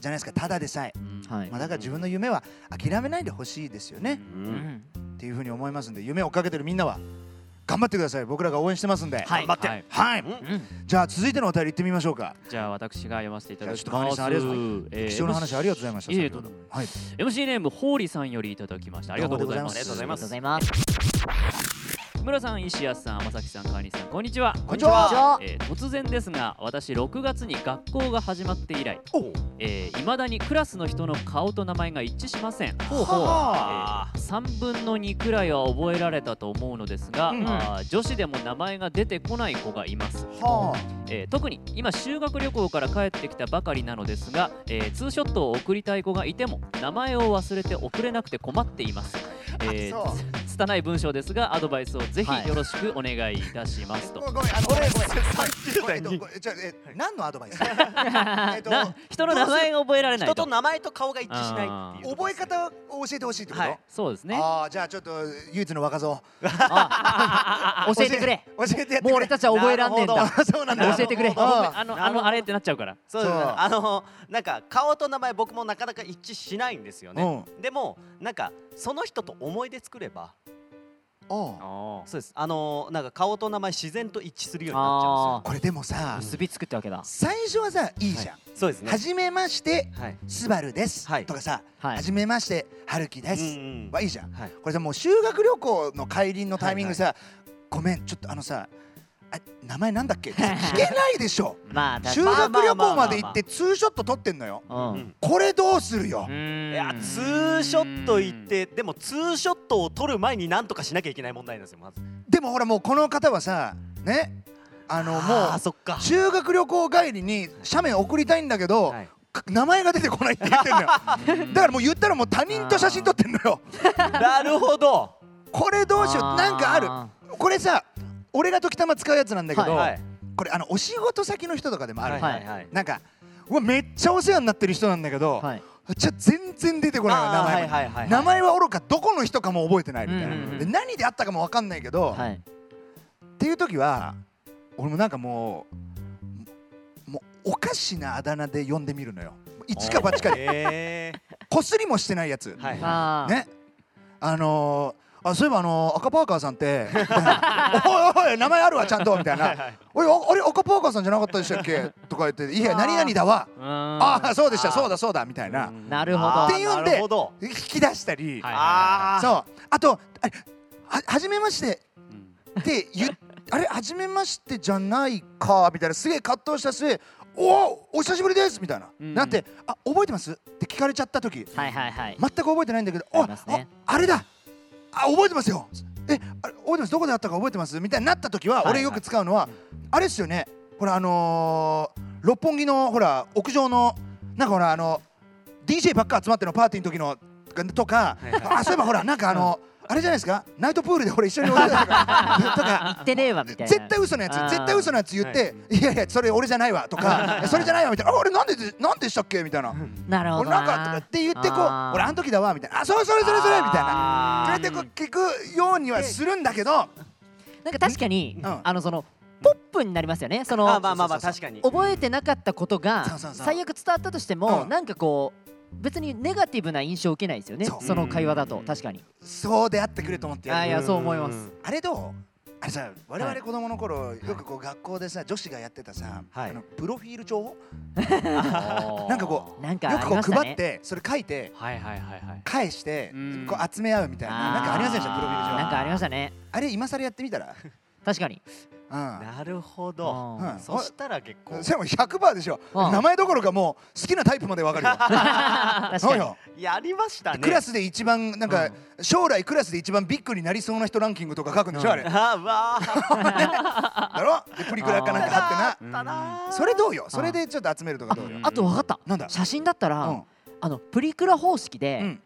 Speaker 1: じゃないですかただでさえ、
Speaker 3: はい
Speaker 1: まあ、だから自分の夢は諦めないでほしいですよね、
Speaker 3: う
Speaker 2: 頑
Speaker 3: ん
Speaker 1: っていうふうに思いますんで夢を追っかけてるみんなは頑張ってください僕らが応援してますんで
Speaker 3: はい
Speaker 2: 張って。
Speaker 4: はい
Speaker 1: はい
Speaker 2: うん
Speaker 3: うん
Speaker 1: じゃあ続いてのお便り行ってみましょうか
Speaker 4: じゃあ私が読ませていただ
Speaker 1: じゃあちょ
Speaker 4: き
Speaker 1: っと川
Speaker 4: ま
Speaker 1: 西
Speaker 4: す。
Speaker 1: さんありがとうござい
Speaker 4: えー
Speaker 1: 貴重な話ありがとうございました
Speaker 4: いえいえ
Speaker 1: 先ほど
Speaker 4: とんでも
Speaker 1: はい
Speaker 4: MC ネームホーリーさんよりいただきました。ありがとうございます。
Speaker 1: どうもでござい
Speaker 3: ありが
Speaker 1: ま
Speaker 3: とうございます
Speaker 4: 村さん、石安さん、天崎さん、川西さん、こんにちは。
Speaker 1: こんにちは
Speaker 3: こんにち
Speaker 4: え
Speaker 3: は
Speaker 4: ー突然ですが、私6月に学校が始まって以来、えー、未だにクラスの人の顔と名前が一致しません。
Speaker 1: うほう
Speaker 4: えー3分の2くらいは覚えられたと思うのですが、
Speaker 1: うん
Speaker 4: あー女子でも名前が出てこない子がいます、
Speaker 1: は
Speaker 4: えー特に今修学旅行から帰ってきたばかりなのですが、えーツーショットを送りたい子がいても名前を忘れて送れなくて困っています、え
Speaker 1: あそう
Speaker 4: ー、つ拙い文章ですがアドバイスをぜひよろしくお願いいたします
Speaker 1: あ
Speaker 4: と、
Speaker 1: ごめんごめんあのごめんごめん
Speaker 2: 30代に
Speaker 1: ごめんごめんちょえ何のアドバイスえっと
Speaker 4: な人の名前が覚えられない
Speaker 2: 人
Speaker 4: と
Speaker 2: と名前と顔が一致しないっていう。
Speaker 1: 覚え方を教えてほしいってこと、
Speaker 2: はい
Speaker 4: そうですね
Speaker 1: ああじゃあちょっと唯一の若造
Speaker 3: あ教えてくれ
Speaker 1: 教えてやってくれ
Speaker 3: もう俺たちは覚えらんねえん
Speaker 2: なる
Speaker 3: だ
Speaker 1: あそうなんだ
Speaker 3: 教えてくれ
Speaker 1: あ
Speaker 4: ごめんあの
Speaker 2: な
Speaker 4: あ
Speaker 2: るほ
Speaker 4: の
Speaker 2: ど
Speaker 4: あれってなっちゃうから
Speaker 2: そうですね
Speaker 1: そう
Speaker 2: あのなんか顔と名前僕もなかなか一致しないんですよね、でもなんかその人と思い出作れば
Speaker 1: おう
Speaker 2: そうですあのなんか顔と名前自然と一致するようになっちゃ
Speaker 3: あ
Speaker 1: これでもさ
Speaker 3: 結びつくってわけだ
Speaker 1: 最初はさいいじゃん
Speaker 2: うんですよそうで
Speaker 1: 「
Speaker 2: すね
Speaker 1: はじめまして
Speaker 2: はい
Speaker 1: スバルです
Speaker 2: は」い
Speaker 1: とかさ「
Speaker 3: はい
Speaker 1: はじめまして春樹で
Speaker 2: う
Speaker 1: す」
Speaker 2: んうん
Speaker 1: はいいじゃん
Speaker 2: はい
Speaker 1: これさもう修学旅行の帰りのタイミングさ「ごめんちょっとあのさあ名前なんだっけ?」聞けないでしょ
Speaker 3: まあ
Speaker 1: 修学旅行まで行ってツーショット撮ってんのよ
Speaker 3: うん
Speaker 2: うん
Speaker 1: これどうするよ
Speaker 2: いやツーショット行ってでもツーショットを撮る前に何とかしなきゃいけない問題なんですよまず
Speaker 1: でもほらもうこの方はさねあのも
Speaker 2: あー
Speaker 1: う
Speaker 2: そっか
Speaker 1: 修学旅行帰りに写メ送りたいんだけど、
Speaker 2: はい
Speaker 1: か名前が出てこないって言 ってんのよ だからもう言ったらもう他人と写真撮ってんのよ
Speaker 2: なるほど
Speaker 1: これどうしようなんかあるこれさ俺が時たま使うやつなんだけど、
Speaker 2: はい
Speaker 1: これあのお仕事先の人とかでもある、
Speaker 2: はいはいはい
Speaker 1: なんかうわめっちゃお世話になってる人なんだけど、
Speaker 3: あーはい
Speaker 1: じゃ全然出てこないの名
Speaker 2: あー
Speaker 1: 前も、
Speaker 2: はいはいはいはい
Speaker 1: 名前はおろかどこの人かも覚えてないみたいな、
Speaker 3: うんうんうん
Speaker 1: で何であったかも分かんないけど、
Speaker 3: はい
Speaker 1: っていう時は俺もなんかもうもうおかしなあだ名で呼んでみるのよ一か八かで
Speaker 2: へえ
Speaker 1: こすりもしてないやつ、
Speaker 2: はい
Speaker 3: あー
Speaker 1: ねあのーあそういえばあの赤パーカーさんってみたいなおいおい名前あるわちゃんとみたいな「おいおあれ赤パーカーさんじゃなかったでしたっけ?」とか言って「いや
Speaker 3: あー
Speaker 1: 何々だわ」あ
Speaker 4: あ
Speaker 1: あそうでした
Speaker 2: あー
Speaker 1: そうだそうだみたいな
Speaker 3: なるほ
Speaker 2: あ
Speaker 3: ど
Speaker 1: っ
Speaker 2: ー
Speaker 1: ていうんで
Speaker 2: なるほど
Speaker 1: 引き出したり
Speaker 4: はい
Speaker 2: あ
Speaker 1: そうあとあれは初めまして
Speaker 4: うん
Speaker 1: って言っあれ初めましてじゃないかみたいなすげえ葛藤した末「おおお久しぶりです」みたいな、
Speaker 4: うん
Speaker 1: なんて「あ覚えてます?」って聞かれちゃった時
Speaker 3: はいはいはい
Speaker 1: 全く覚えてないんだけど「
Speaker 3: あ
Speaker 1: あ
Speaker 3: りますね
Speaker 1: ああれだあ覚えてますよ」えあれ覚えてますどこであったか覚えてますみたいになった時は、
Speaker 4: いはい
Speaker 1: 俺よく使うのは、あれですよねほらあのー六本木のほら屋上のなんかほらあの DJ ばっか集まってのパーティーの時のとか、あそういえばほらなんかあの、あれじゃないですかナイトプールで俺一緒に踊ってたとかとか
Speaker 3: 言ってねえわみたいな
Speaker 1: 絶対嘘のやつ
Speaker 3: あー
Speaker 1: 絶対嘘のやつ言って、い、やいやそれ俺じゃないわと かそれじゃないわみたいなあ俺なんででなんでしたっけみたいな
Speaker 3: なるほ
Speaker 1: 俺
Speaker 3: ど
Speaker 1: なんかとかって言ってこう
Speaker 3: あー
Speaker 1: 俺あの時だわみたいなあそれそれそれそれみたいな
Speaker 2: あ
Speaker 1: それでこう聞くようにはするんだけど
Speaker 3: なんか確かに、
Speaker 1: うん
Speaker 3: あのそのポップになりますよねその
Speaker 2: あまあまあまあ確かに
Speaker 3: 覚えてなかったことが
Speaker 1: そうそうそう
Speaker 3: 最悪伝わったとしても、
Speaker 1: うん
Speaker 3: なんかこう別にネガティブな印象を受けないですよね
Speaker 1: そう
Speaker 3: その会話だと
Speaker 4: うん
Speaker 3: 確かに
Speaker 1: そうであってくれと思ってや
Speaker 3: あい
Speaker 1: る
Speaker 3: やそう思います
Speaker 1: あれどうあれさ我
Speaker 3: は
Speaker 1: 々
Speaker 3: い
Speaker 1: 子供の頃よくこう学校でさ女子がやってたさ
Speaker 2: はい
Speaker 1: あのプロフィール帳を
Speaker 4: な
Speaker 1: なんかこ
Speaker 3: なんかあ
Speaker 1: よ
Speaker 3: り
Speaker 1: くこ
Speaker 3: ま
Speaker 1: う
Speaker 3: したね
Speaker 1: 配ってそれ書いて
Speaker 4: はいはいはいはい
Speaker 1: 返して
Speaker 4: うん
Speaker 1: こう集め合うみたいななんかありませんでしたプロフィール
Speaker 3: あ
Speaker 1: 帳
Speaker 3: なんかありましたね
Speaker 1: あれ今更やってみたら
Speaker 3: 確 かに
Speaker 1: うん
Speaker 2: なるほ
Speaker 3: う
Speaker 2: ど
Speaker 3: ん
Speaker 1: うん
Speaker 2: そしたら結構
Speaker 1: でも100%でしょ、
Speaker 3: うん
Speaker 1: 名前どころかもう好きなタイプまでわかるよ
Speaker 3: 確
Speaker 1: そ
Speaker 3: か
Speaker 1: う
Speaker 3: に
Speaker 1: よ
Speaker 2: やりましたね
Speaker 1: クラスで一番なんか、将来クラスで一番ビッグになりそうな人ランキングとか書くんでしょ、あれだ
Speaker 2: あーうわー
Speaker 1: ろでプリクラかなんか貼 って
Speaker 2: あったな
Speaker 1: な
Speaker 2: ー
Speaker 1: それどうよそれでちょっと集めるとかどうよ
Speaker 4: うん
Speaker 3: あと分かった
Speaker 1: なんだ
Speaker 3: 写真だったら、
Speaker 1: うん
Speaker 3: あのプリクラ方式で、
Speaker 1: うん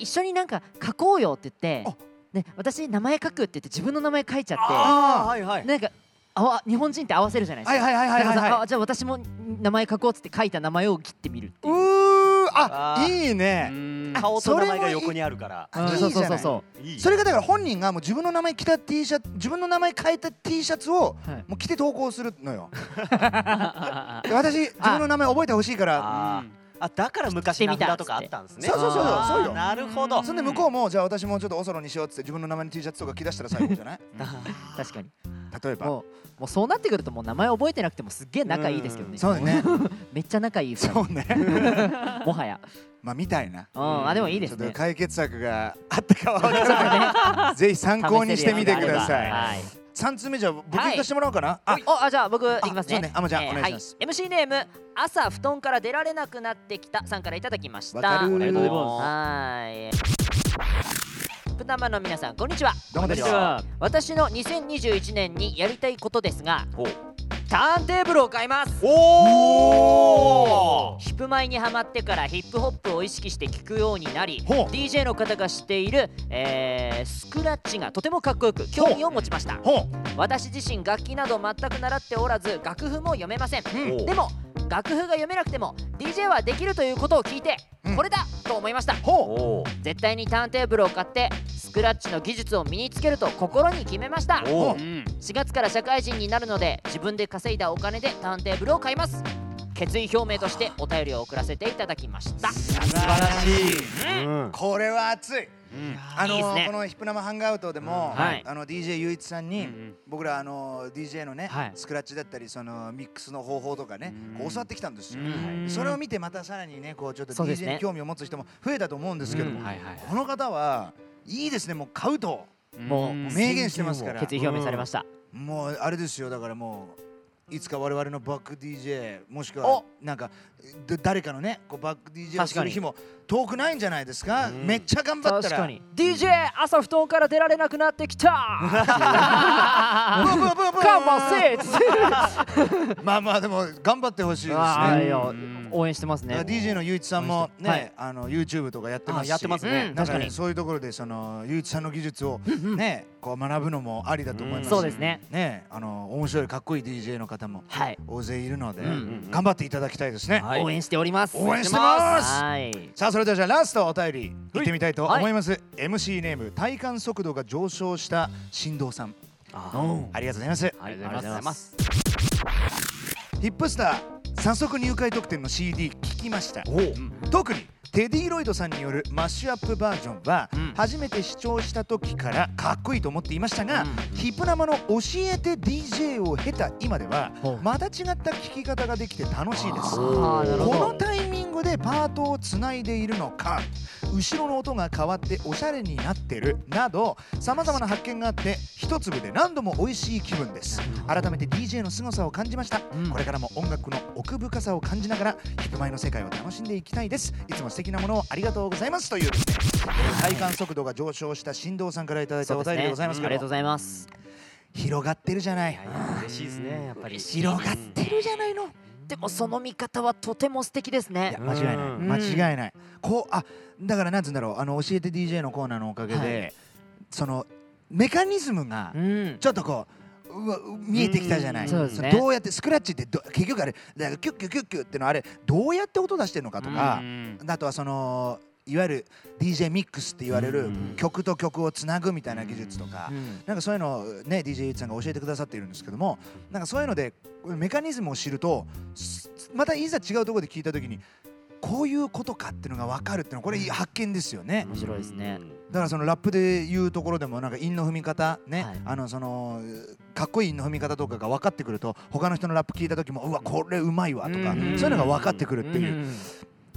Speaker 3: 一緒になんか書こうよって言って
Speaker 1: あ、
Speaker 3: ね、私名前書くって言って自分の名前書いちゃ
Speaker 2: あー
Speaker 1: あ
Speaker 2: はいは
Speaker 3: っ
Speaker 2: い
Speaker 3: てなんかあわ日本人って合わせるじゃない
Speaker 1: ー
Speaker 3: です
Speaker 1: は
Speaker 3: か
Speaker 1: いはいはいはい
Speaker 3: だから
Speaker 1: はいはい
Speaker 3: さあじゃあ私も名前書こうっつって書いた名前を切ってみるって
Speaker 1: う
Speaker 3: いう
Speaker 1: ーあ
Speaker 2: あー
Speaker 1: いいね、
Speaker 2: 顔と名前が横にあるから
Speaker 1: あいいじゃ
Speaker 3: そ
Speaker 1: な
Speaker 3: う
Speaker 1: い
Speaker 3: そうそうそ
Speaker 2: いい
Speaker 1: それがだから本人がもう自分の名前着た T シャツ自分の名前変えた T シャツを
Speaker 3: う、はい
Speaker 1: もう着て投稿するの よ
Speaker 4: あ
Speaker 1: で私自分の名前覚えてほしいから
Speaker 2: あーあだから昔名札とかあったんですね
Speaker 1: そうそうそうそう
Speaker 2: あー
Speaker 1: そうよ
Speaker 2: なるほど
Speaker 1: そんで向こうもじゃあ私もちょっとオソロにしようっつって自分の名前の T シャツとか着出したら最後じゃない
Speaker 3: 確かに
Speaker 1: 例えば
Speaker 3: もうもうそうなってくるともう名前覚えてなくてもすっげえ仲いいですけどね
Speaker 1: そうだね
Speaker 3: めっちゃ仲いいで す
Speaker 1: そうね
Speaker 3: もはや
Speaker 1: まあみたいな
Speaker 3: うんあでもいいで
Speaker 1: ち
Speaker 3: す
Speaker 1: ょっ
Speaker 3: ね
Speaker 1: と解決策があったかは分 からないぜひ参考にしてみてくだ
Speaker 3: 試せるようにな
Speaker 1: さ
Speaker 3: れ
Speaker 1: い
Speaker 3: ばはい
Speaker 1: 三通目じゃあ僕行かしてもらおうかなあ
Speaker 3: あおあじゃあ僕いきます
Speaker 1: そう
Speaker 3: ね
Speaker 1: ねあまちゃん
Speaker 3: えー
Speaker 1: お願いします
Speaker 3: はい MC ネーム朝布団から出られなくなってきたさんからいただきました
Speaker 1: わかる
Speaker 4: りがとうござい
Speaker 3: は
Speaker 4: ま
Speaker 3: ーいプナマの皆さんこんにちは
Speaker 1: どうも
Speaker 4: す
Speaker 1: で
Speaker 4: 私
Speaker 1: す
Speaker 4: は
Speaker 3: 私の2021年にやりたいことですが
Speaker 2: お
Speaker 3: ターンテーブルを買います
Speaker 2: おお
Speaker 3: ヒップマイにハマってからヒップホップを意識して聴くようになり
Speaker 1: ほう
Speaker 3: DJ の方がしている、えースクラッチがとてもかっこよく興味を持ちました
Speaker 1: ほう
Speaker 3: 私自身楽器など全く習っておらず楽譜も読めません
Speaker 1: うん
Speaker 2: お
Speaker 3: でも楽譜が読めなくても DJ はできるということを聞いて
Speaker 1: うん
Speaker 3: これだと思いました
Speaker 1: ほ
Speaker 2: お
Speaker 3: 絶対にターンテーブルを買ってスクラッチの技術を身につけると心に決めました
Speaker 1: お
Speaker 2: お
Speaker 4: うん
Speaker 3: 4月から社会人になるので自分で稼いだお金でターンテーブルを買います決意表明としてお便りを送らせていただきました
Speaker 2: 素晴らしい
Speaker 1: うんこれは熱いあ
Speaker 3: いいっ
Speaker 1: の
Speaker 3: すね
Speaker 1: このヒップナマハンガウトでも
Speaker 4: うんはい
Speaker 1: あの DJ ゆういちさんに
Speaker 4: うんうん
Speaker 1: 僕らあの DJ のね
Speaker 4: はい
Speaker 1: スクラッチだったりそのミックスの方法とかね
Speaker 4: うん
Speaker 1: こう教わってきたんですよ
Speaker 4: うん
Speaker 1: それを見てまたさらにねこうちょっと
Speaker 3: そうです
Speaker 1: DJ
Speaker 3: ね
Speaker 1: に興味を持つ人も増えたと思うんですけども
Speaker 4: うんはいはいはい
Speaker 1: この方はいいですねもう買うと
Speaker 3: もう
Speaker 4: うん
Speaker 1: 明言してますから
Speaker 3: 決意表明されました
Speaker 1: もうあれですよだからもういつか我々のバック DJ もしくはなんかだ誰かのねこうバック DJ をする日も遠くないんじゃないですか
Speaker 2: うん
Speaker 1: めっちゃ頑張ったら
Speaker 3: DJ 朝布団から出られなくなってきた
Speaker 1: ブーブーブーブー
Speaker 3: カンバセーツ
Speaker 1: まあまあでも頑張ってほしいです
Speaker 3: あ
Speaker 1: ね。
Speaker 3: ーいや
Speaker 4: うん
Speaker 3: 応援してますね
Speaker 1: だから DJ のゆういちさんもね、
Speaker 3: はい
Speaker 1: あの YouTube とかやってますし
Speaker 2: あやってますね
Speaker 3: うん
Speaker 1: なんか
Speaker 3: 確か
Speaker 1: ね
Speaker 3: に
Speaker 1: そういうところでそのゆういちさんの技術をね、こう学ぶのもありだと思いますし
Speaker 3: そうですね
Speaker 1: ねあの面白いかっこいい DJ の方も
Speaker 3: はい
Speaker 1: 大勢いるので、
Speaker 3: んうん
Speaker 2: うん
Speaker 1: 頑張っていただきたいですね、
Speaker 2: はい
Speaker 3: 応援しております
Speaker 1: 応援してます
Speaker 3: はい
Speaker 1: さあそれではじゃあラストお便り行ってみたいと
Speaker 3: はい
Speaker 1: 思います、MC ネーム体感速度が上昇した振動さん
Speaker 2: あ
Speaker 1: ありがとうございます
Speaker 2: ーありがとうございます
Speaker 1: ヒップスター早速入会特典の CD 聞きました
Speaker 2: おお
Speaker 1: 特にテディ・ロイドさんによるマッシュアップバージョンは、
Speaker 3: うん
Speaker 1: 初めて視聴した時からかっこいいと思っていましたが、
Speaker 3: うん
Speaker 1: ヒプナマの「教えて DJ」を経た今では
Speaker 3: ほう
Speaker 1: また違った聴き方ができて楽しいです。
Speaker 3: あーなるほ
Speaker 1: この
Speaker 3: ど
Speaker 1: タイミングでパートをつないでいるのか後ろの音が変わっておしゃれになってるなどさまざまな発見があって一粒で何度も美味しい気分です改めて DJ の凄さを感じました、
Speaker 3: うん
Speaker 1: これからも音楽の奥深さを感じながらヒップマイの世界を楽しんでいきたいですいつも素敵なものをありがとうございますというですね体感速度が上昇した振動さんからいただいたお便りでございます
Speaker 3: あ
Speaker 1: け
Speaker 3: りが
Speaker 1: ど
Speaker 3: とうございます
Speaker 1: 広がってるじゃない
Speaker 2: いやいや嬉しいですねやっぱり
Speaker 1: 広がってるじゃないの
Speaker 3: でもその見方はとても素敵です
Speaker 1: い
Speaker 3: ね
Speaker 1: や間違いない
Speaker 2: うん
Speaker 1: 間違いないこうあだからなんつうんだろうあの教えて DJ のコーナーのおかげで、
Speaker 3: はい
Speaker 1: そのメカニズムが
Speaker 3: うん
Speaker 1: ちょっとこううわう見えてきたじゃない、
Speaker 3: うんそうですね
Speaker 1: どうやってスクラッチってど結局あれだからキュッキュッキュッキュッってのあれどうやって音出してるのかとか、あとはそのいわゆる DJ ミックスって言われる
Speaker 2: うん
Speaker 1: 曲と曲をつなぐみたいな技術とか、
Speaker 3: うん
Speaker 1: なんかそういうのをね DJ ゆうちさんが教えてくださっているんですけどもなんかそういうのでメカニズムを知るとすまたいざ違うところで聞いた時にこういうことかっていうのが分かるっていうのはこれ発見ですよね
Speaker 3: 面白いですね
Speaker 1: だからそのラップで言うところでもなんか韻の踏み方ね、
Speaker 3: はい
Speaker 1: あのそのかっこいい韻の踏み方とかが分かってくると他の人のラップ聞いた時もうわこれうまいわとか
Speaker 3: うん
Speaker 1: そういうのが分かってくるって
Speaker 3: う
Speaker 1: いうん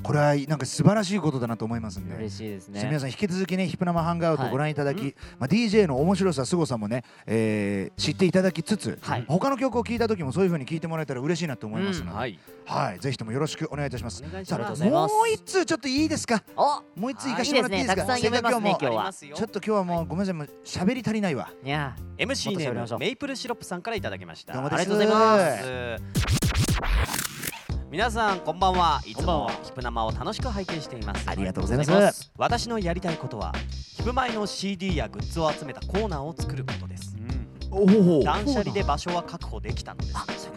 Speaker 1: これはなんか素晴らしいことだなと思いますんで。
Speaker 3: 嬉しいです
Speaker 1: 皆
Speaker 3: ね
Speaker 1: さん引き続きねヒプナマハンガーウト
Speaker 3: はい
Speaker 1: ご覧いただき、まあ、DJ の面白さ凄さもね、えー知っていただきつつ、
Speaker 3: はい
Speaker 1: 他の曲を聴いた時もそういう風に聴いてもらえたら嬉しいなと思いますので、
Speaker 3: うん
Speaker 1: はい
Speaker 2: い
Speaker 1: ぜひともよろしくお願いいたします
Speaker 2: お願いし
Speaker 1: さ
Speaker 2: ます
Speaker 1: あもう一通ちょっといいですか
Speaker 3: お
Speaker 1: もう一通行かしてもらっていいですか
Speaker 3: あいいですねたくさん読
Speaker 1: せっかく
Speaker 3: めますね今日は
Speaker 1: も
Speaker 3: あり
Speaker 2: ま
Speaker 3: ます
Speaker 1: うちょっと今日はもうごめんなさいもう喋り足りないわ
Speaker 3: いや
Speaker 2: MC ネ
Speaker 3: お待たせしておりまし
Speaker 2: ー
Speaker 3: た
Speaker 2: ムメイプルシロップさんからいただきました
Speaker 1: どうもで
Speaker 2: あり
Speaker 1: す
Speaker 2: がとうございます皆さんこんばんはいつ
Speaker 4: こんばん
Speaker 2: も
Speaker 4: は
Speaker 2: ヒプ生を楽しく拝見しています
Speaker 1: ありがとうございます
Speaker 2: 私のやりたいことはヒプマイの CD やグッズを集めたコーナーを作ることです
Speaker 1: おお
Speaker 2: 断捨離で場所は確保できたのです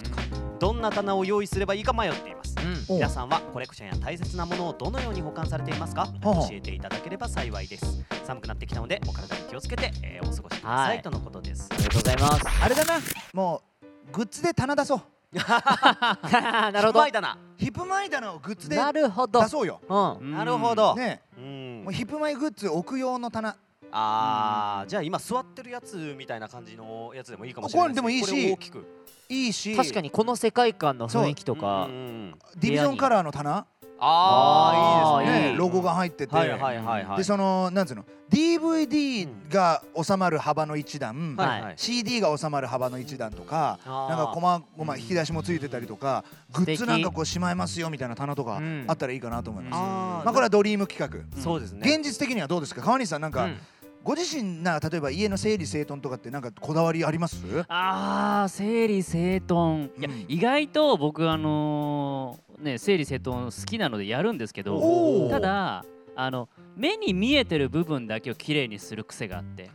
Speaker 2: どんな棚を用意すればいいか迷っています
Speaker 3: う
Speaker 1: お
Speaker 3: ん
Speaker 2: 皆さんはコレクションや大切なものをどのように保管されていますか
Speaker 1: ほうほ
Speaker 2: 教
Speaker 1: う
Speaker 2: えていただければ幸いです寒くなってきたのでお体に気をつけて、えーお過ごしくださ
Speaker 3: はいい
Speaker 2: とのことです
Speaker 3: ありがとうございます
Speaker 1: あれだなもうグッズで棚出そう
Speaker 3: なるほど
Speaker 2: だな
Speaker 1: ヒップマイ棚をグッズで
Speaker 3: なるほど
Speaker 1: 出そうよ
Speaker 3: うん
Speaker 2: なるほど
Speaker 1: ね
Speaker 2: うん
Speaker 1: もうヒップマイグッズ置く用の棚
Speaker 2: あーじゃあ今座ってるやつみたいな感じのやつでもいいかもしれな
Speaker 1: こ
Speaker 2: い
Speaker 1: れでもいいし
Speaker 2: これ大きく
Speaker 1: いいし
Speaker 3: 確かにこの世界観の雰囲気とか
Speaker 2: うんうんうん
Speaker 1: ディビジョンカラーの棚
Speaker 2: あ
Speaker 3: あー
Speaker 2: ーいいですね
Speaker 1: ねロゴが入ってて、
Speaker 2: はいはいはいはい
Speaker 1: でそのなんつうの DVD が収まる幅の一段、
Speaker 2: はい
Speaker 3: はい
Speaker 1: CD が収まる幅の一段とか、
Speaker 2: あー
Speaker 1: なんかこまごま引き出しもついてたりとか、グッズなんかこうしまいますよみたいな棚とか
Speaker 3: うん
Speaker 1: あったらいいかなと思います。
Speaker 2: あー
Speaker 1: まあこれはドリーム企画。
Speaker 2: そうですね
Speaker 1: 現実的にはどうですか、川西さんなんか、
Speaker 3: うん
Speaker 1: ご自身な例えば家の整理整頓とかってなんかこだわりあります？
Speaker 4: あー整理整頓いや、
Speaker 1: うん
Speaker 4: 意外と僕あのーね整理整頓好きなのでやるんですけど
Speaker 1: おー
Speaker 4: ただあの目に見えてる部分だけをきれいにする癖があって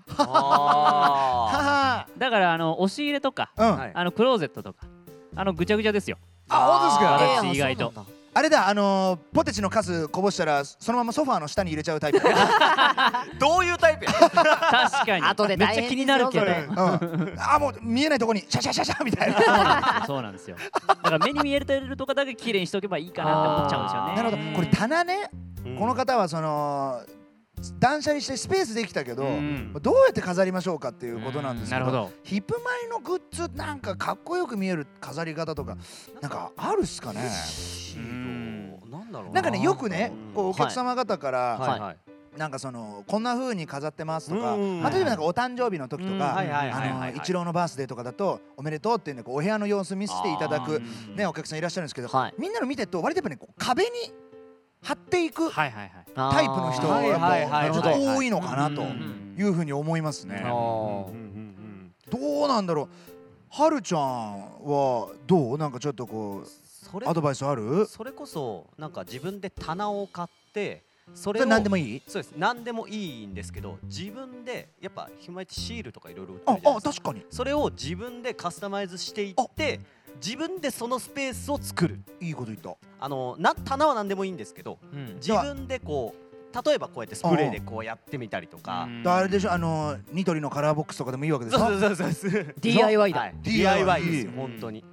Speaker 1: は
Speaker 2: あ
Speaker 1: は。
Speaker 4: だからあの押し入れとか
Speaker 1: うん。
Speaker 2: ーはい
Speaker 4: あのクローゼットとかあのぐちゃぐちゃですよ
Speaker 1: あ、そうですか。
Speaker 4: ー私意外と
Speaker 1: あれだ、あのーポテチのカスこぼしたらそのままソファーの下に入れちゃうタイ プ。
Speaker 2: どういうタイ プや
Speaker 4: 確かに
Speaker 3: 後で
Speaker 4: めっ
Speaker 3: 大
Speaker 4: ちゃ気
Speaker 3: 変
Speaker 4: に
Speaker 3: です
Speaker 4: な
Speaker 3: よ
Speaker 4: るけ
Speaker 3: そ
Speaker 4: ど
Speaker 3: れ
Speaker 1: うん、あもう見えないとこにシャシャシャシャみたいな
Speaker 4: そうなんですよだから目に見えてるとかだけきれいにしておけばいいかなって思っちゃうんですよね
Speaker 1: なるほどこれ棚ね、この
Speaker 2: 方
Speaker 1: 方はその断捨離してスペースできたけど、
Speaker 4: うん
Speaker 1: どうやって飾りましょうかっていうことなんですけ
Speaker 4: な
Speaker 1: ど,、
Speaker 4: るほど
Speaker 1: ヒップマイのグッズなんかかっこよく見える飾り方とかなんかあるっすかね
Speaker 4: うん
Speaker 2: なんだろう
Speaker 1: なんかねよくね
Speaker 2: うん
Speaker 1: こうお客様方から、
Speaker 2: はいはい
Speaker 1: なんかそのこんな風に飾ってますとか、
Speaker 2: うん
Speaker 1: まあ、例えばなんかお誕生日の時と
Speaker 4: うん
Speaker 1: か、
Speaker 4: はい
Speaker 2: はいはいはいはい
Speaker 1: あのイチローのバースデーとかだとおめでとうっていうんでこうお部屋の様子見せていただ
Speaker 4: あ
Speaker 1: く
Speaker 4: ー
Speaker 1: ねお客さんいらっしゃるんですけど、
Speaker 3: はい
Speaker 1: みんなの見てると割とやっぱねこう壁に貼っていくタイ
Speaker 4: はいはいはい
Speaker 1: プの人
Speaker 2: あ
Speaker 1: が
Speaker 2: ー
Speaker 1: やっ
Speaker 2: はいはい
Speaker 1: ぱ
Speaker 2: はい
Speaker 1: ちょっと多いのかなと
Speaker 4: うん
Speaker 1: いうふうに思いますね
Speaker 4: なる。ほ
Speaker 2: うんうん
Speaker 1: どうなんだろう。はるちゃんはどうなんかちょっとこ
Speaker 2: うんそうれ
Speaker 1: アドバイスある？
Speaker 2: それこそなんか自分で棚を買ってそ
Speaker 1: そ
Speaker 2: れを
Speaker 1: れ何でもいい？
Speaker 2: そうです何でもいいんですけど自分でやっぱひまいってシールとかいろいろ売って
Speaker 1: あ
Speaker 2: るじゃない
Speaker 1: あ
Speaker 2: ですか
Speaker 1: 確かに
Speaker 2: それを自分でカスタマイズしていって自分でそのスペースを作る
Speaker 1: いいこと言った。
Speaker 2: あのな棚は何でもいいんですけど
Speaker 3: うん
Speaker 2: 自分でこう例えばこうやってスプレーでこうやってみたりとか
Speaker 4: うん
Speaker 1: だあれでしょあのニトリのカラーボックスとかでもいいわけでし
Speaker 2: そう
Speaker 1: ょ？
Speaker 2: そうそうそう
Speaker 3: DIY だ
Speaker 2: はい DIY です
Speaker 1: う
Speaker 2: よ
Speaker 1: ん
Speaker 2: 本当に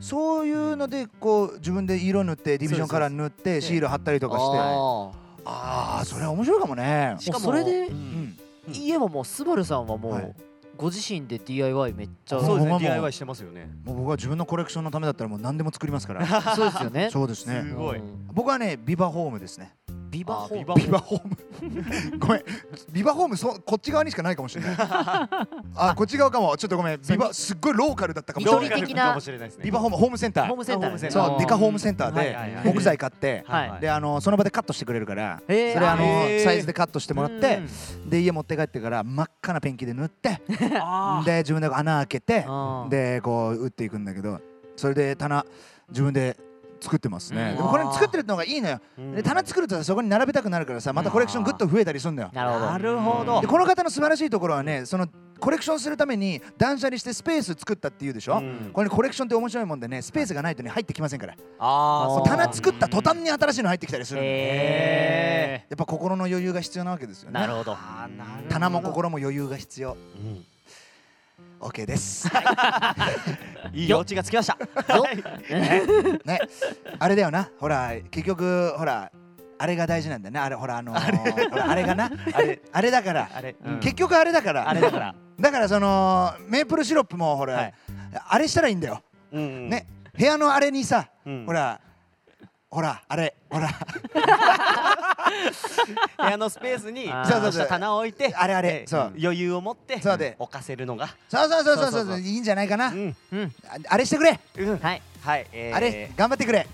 Speaker 1: そういうのでこう自分で色塗ってディビジョンカラー塗ってシール貼ったりとかしてあ
Speaker 3: あ
Speaker 1: あーそれは面白いかもね
Speaker 3: ー
Speaker 2: しかも
Speaker 3: それで
Speaker 1: うん
Speaker 3: 言えばもうスバルさんはも
Speaker 1: はいう
Speaker 3: ご自身で DIY めっちゃ
Speaker 1: そ
Speaker 2: そうう
Speaker 1: で
Speaker 2: です
Speaker 1: ね
Speaker 2: すね
Speaker 1: DIY
Speaker 2: DIY してますよね
Speaker 1: もう僕は自分のコレクションのためだったらもう何でも作りますから
Speaker 3: そうですよね
Speaker 1: そうですね
Speaker 2: すごい
Speaker 3: うん
Speaker 1: 僕はねビバホームですね
Speaker 3: ビバホーム
Speaker 1: ビバホー ムごめんビバホームそこっち側にしかないかもしれ ないあこっち側かもちょっとごめんビバすっごいローカルだったかもしれない
Speaker 3: 緑的な
Speaker 2: かもしれないですね
Speaker 1: ビバホームホームセンタ
Speaker 3: ホー
Speaker 1: ー
Speaker 3: ムセンターですね
Speaker 1: そうデカホームセンター
Speaker 2: はい
Speaker 1: で
Speaker 2: はいはい
Speaker 1: 木材買って
Speaker 3: はい
Speaker 1: であのその場でカットしてくれるからそ
Speaker 3: へー
Speaker 1: れあの
Speaker 2: へー
Speaker 1: サイズでカットしてもらって
Speaker 3: うん
Speaker 1: で家持って帰ってから真っ赤なペンキで塗って
Speaker 4: あ
Speaker 1: で自分で穴開けて
Speaker 3: あー
Speaker 1: でこう打っていくんだけどそれで棚自分で作ってますね、
Speaker 3: うん
Speaker 1: でもこれ作ってるのがいいのよ、で棚作るとさそこに並べたくなるからさまたコレクションぐっと増えたりするんだよ、
Speaker 3: なるほど
Speaker 2: なるほど
Speaker 1: でこの方の素晴らしいところはねそのコレクションするために断捨離してスペース作ったっていうでしょ、
Speaker 2: うん
Speaker 1: これコレクションって面白いもんでねスペースがないとね入ってきませんから
Speaker 2: あー
Speaker 1: も
Speaker 2: そうう
Speaker 1: 棚作った途端に新しいの入ってきたりするのや
Speaker 3: へ
Speaker 1: っぱ心の余裕が必要なわけですよ
Speaker 3: ー
Speaker 1: ね
Speaker 3: なるほど
Speaker 2: あーなるほど
Speaker 1: 棚も心も余裕が必要
Speaker 2: うん
Speaker 1: OK です
Speaker 2: いい余地がつきました
Speaker 3: よ
Speaker 1: ね、あれだよな、ほら、結局、ほら、あれが大事なんだよね、あれ、ほら、あのーほらあれがな、あれ、あれだから、
Speaker 2: あれ
Speaker 4: うん
Speaker 1: 結局あれだから、
Speaker 2: あれだから
Speaker 1: だから、その、メープルシロップも、ほら、
Speaker 2: はい
Speaker 1: あれしたらいいんだよ、
Speaker 2: ね
Speaker 1: ね、部屋のあれにさ、
Speaker 2: うん
Speaker 1: ほら、ほら、あれ、ほら、
Speaker 2: 部屋のスペースに
Speaker 4: あー
Speaker 2: ちゃんとした棚を置いて
Speaker 1: あれあれ
Speaker 2: で
Speaker 1: そう
Speaker 2: 余裕を持って
Speaker 1: そうで
Speaker 2: 置かせるのが
Speaker 1: そうそうそうそう
Speaker 2: そ
Speaker 1: そ
Speaker 2: うそううそう
Speaker 1: いいんじゃないかな、
Speaker 2: うん
Speaker 3: うん
Speaker 1: ああれしてくれ、
Speaker 2: うん
Speaker 3: はい
Speaker 2: はいえー
Speaker 1: あれ、頑張ってくれ、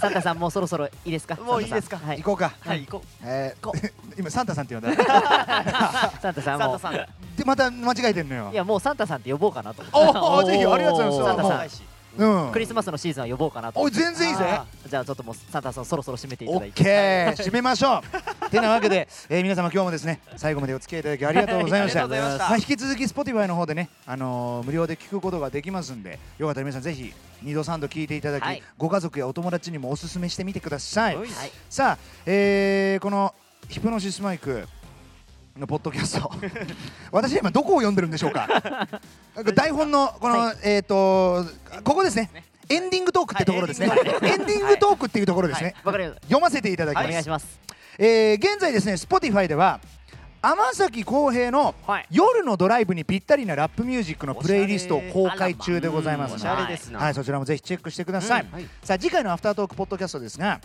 Speaker 3: サンタさんもうそろそろいいですか
Speaker 2: もういいですか
Speaker 3: サンタさんはい
Speaker 1: 行こうか、
Speaker 2: はい行こう
Speaker 1: えー
Speaker 3: こ
Speaker 1: 今、サンタさんって呼んだ、
Speaker 3: サンタさ
Speaker 2: サ
Speaker 3: ん
Speaker 2: ンタ
Speaker 3: も
Speaker 2: さんが
Speaker 1: で、また間違えてんのよ。
Speaker 3: いやもうサンタさんって呼ぼうかなと
Speaker 1: おーぜひありがとうございます
Speaker 3: サンタさん
Speaker 2: し
Speaker 1: うん
Speaker 3: クリスマスのシーズンは呼ぼうかなと
Speaker 1: お全然いいぜ
Speaker 2: あ
Speaker 3: じゃあちょっともうサンタさんそろそろ締めていた
Speaker 1: オ
Speaker 3: だい
Speaker 1: ッ
Speaker 3: て
Speaker 1: ケー締めましょうてなわけで、えー皆様今日もですね最後までお付き合いいただきありがとうございました
Speaker 2: ありがとうございました
Speaker 1: あ引き続き Spotify の方でね、あのー無料で聞くことができますんでよかったら皆さんぜひ2度3度聞いていただき、
Speaker 3: はい
Speaker 1: ご家族やお友達にもおすすめしてみてください、
Speaker 2: はい
Speaker 3: はい
Speaker 1: さあ、えーこのヒプノシスマイクのポッドキャスト 私今どこを読んでるんでしょうか台本のこの、えっ、とここですねエンディングトークってところですね、
Speaker 2: はい
Speaker 1: エンディングトークっていうところですね、
Speaker 3: わかりまし
Speaker 1: 読ませていただき
Speaker 3: た
Speaker 1: ま
Speaker 3: お
Speaker 1: す、
Speaker 3: 願いします
Speaker 1: えー現在ですね Spotify では天崎浩平の
Speaker 3: はい
Speaker 1: 夜のドライブにぴったりなラップミュージックのプレイリストを公開中でございます
Speaker 2: お
Speaker 1: の
Speaker 2: し
Speaker 1: で
Speaker 2: ゃれですな
Speaker 1: はい、そちらもぜひチェックしてください、
Speaker 2: うんはい
Speaker 1: さあ次回のアフタートークポッドキャストですが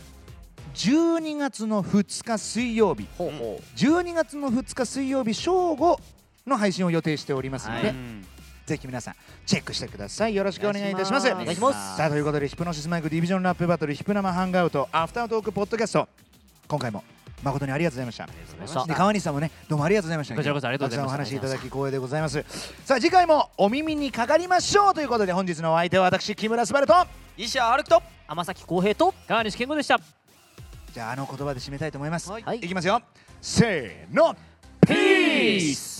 Speaker 1: 12月の2日水曜日
Speaker 2: ほうほ
Speaker 1: 12月の2日水曜日正午の配信を予定しておりますので、
Speaker 2: はい
Speaker 1: ぜひ皆さんチェックしてくださいよろしくお願いいたします
Speaker 2: お願いします
Speaker 1: さあということでヒプノシスマイクディビジョンラップバトルヒプ生ハングアウトアフタートークポッドキャスト今回も誠にありがとうございましたで川西さんもねどうもありがとうございました
Speaker 4: こちらこそありがとうございまし
Speaker 1: たく
Speaker 4: た
Speaker 1: さんお話いただき光栄でございますさあ次回もお耳にかかりましょうということで本日のお相手は私木村昴と
Speaker 2: 医者歩くと
Speaker 3: 天崎浩平と
Speaker 4: 川西健吾でした
Speaker 1: じゃああの言葉で締めたいと思います、
Speaker 2: はい
Speaker 1: いきますよせーの
Speaker 4: ピース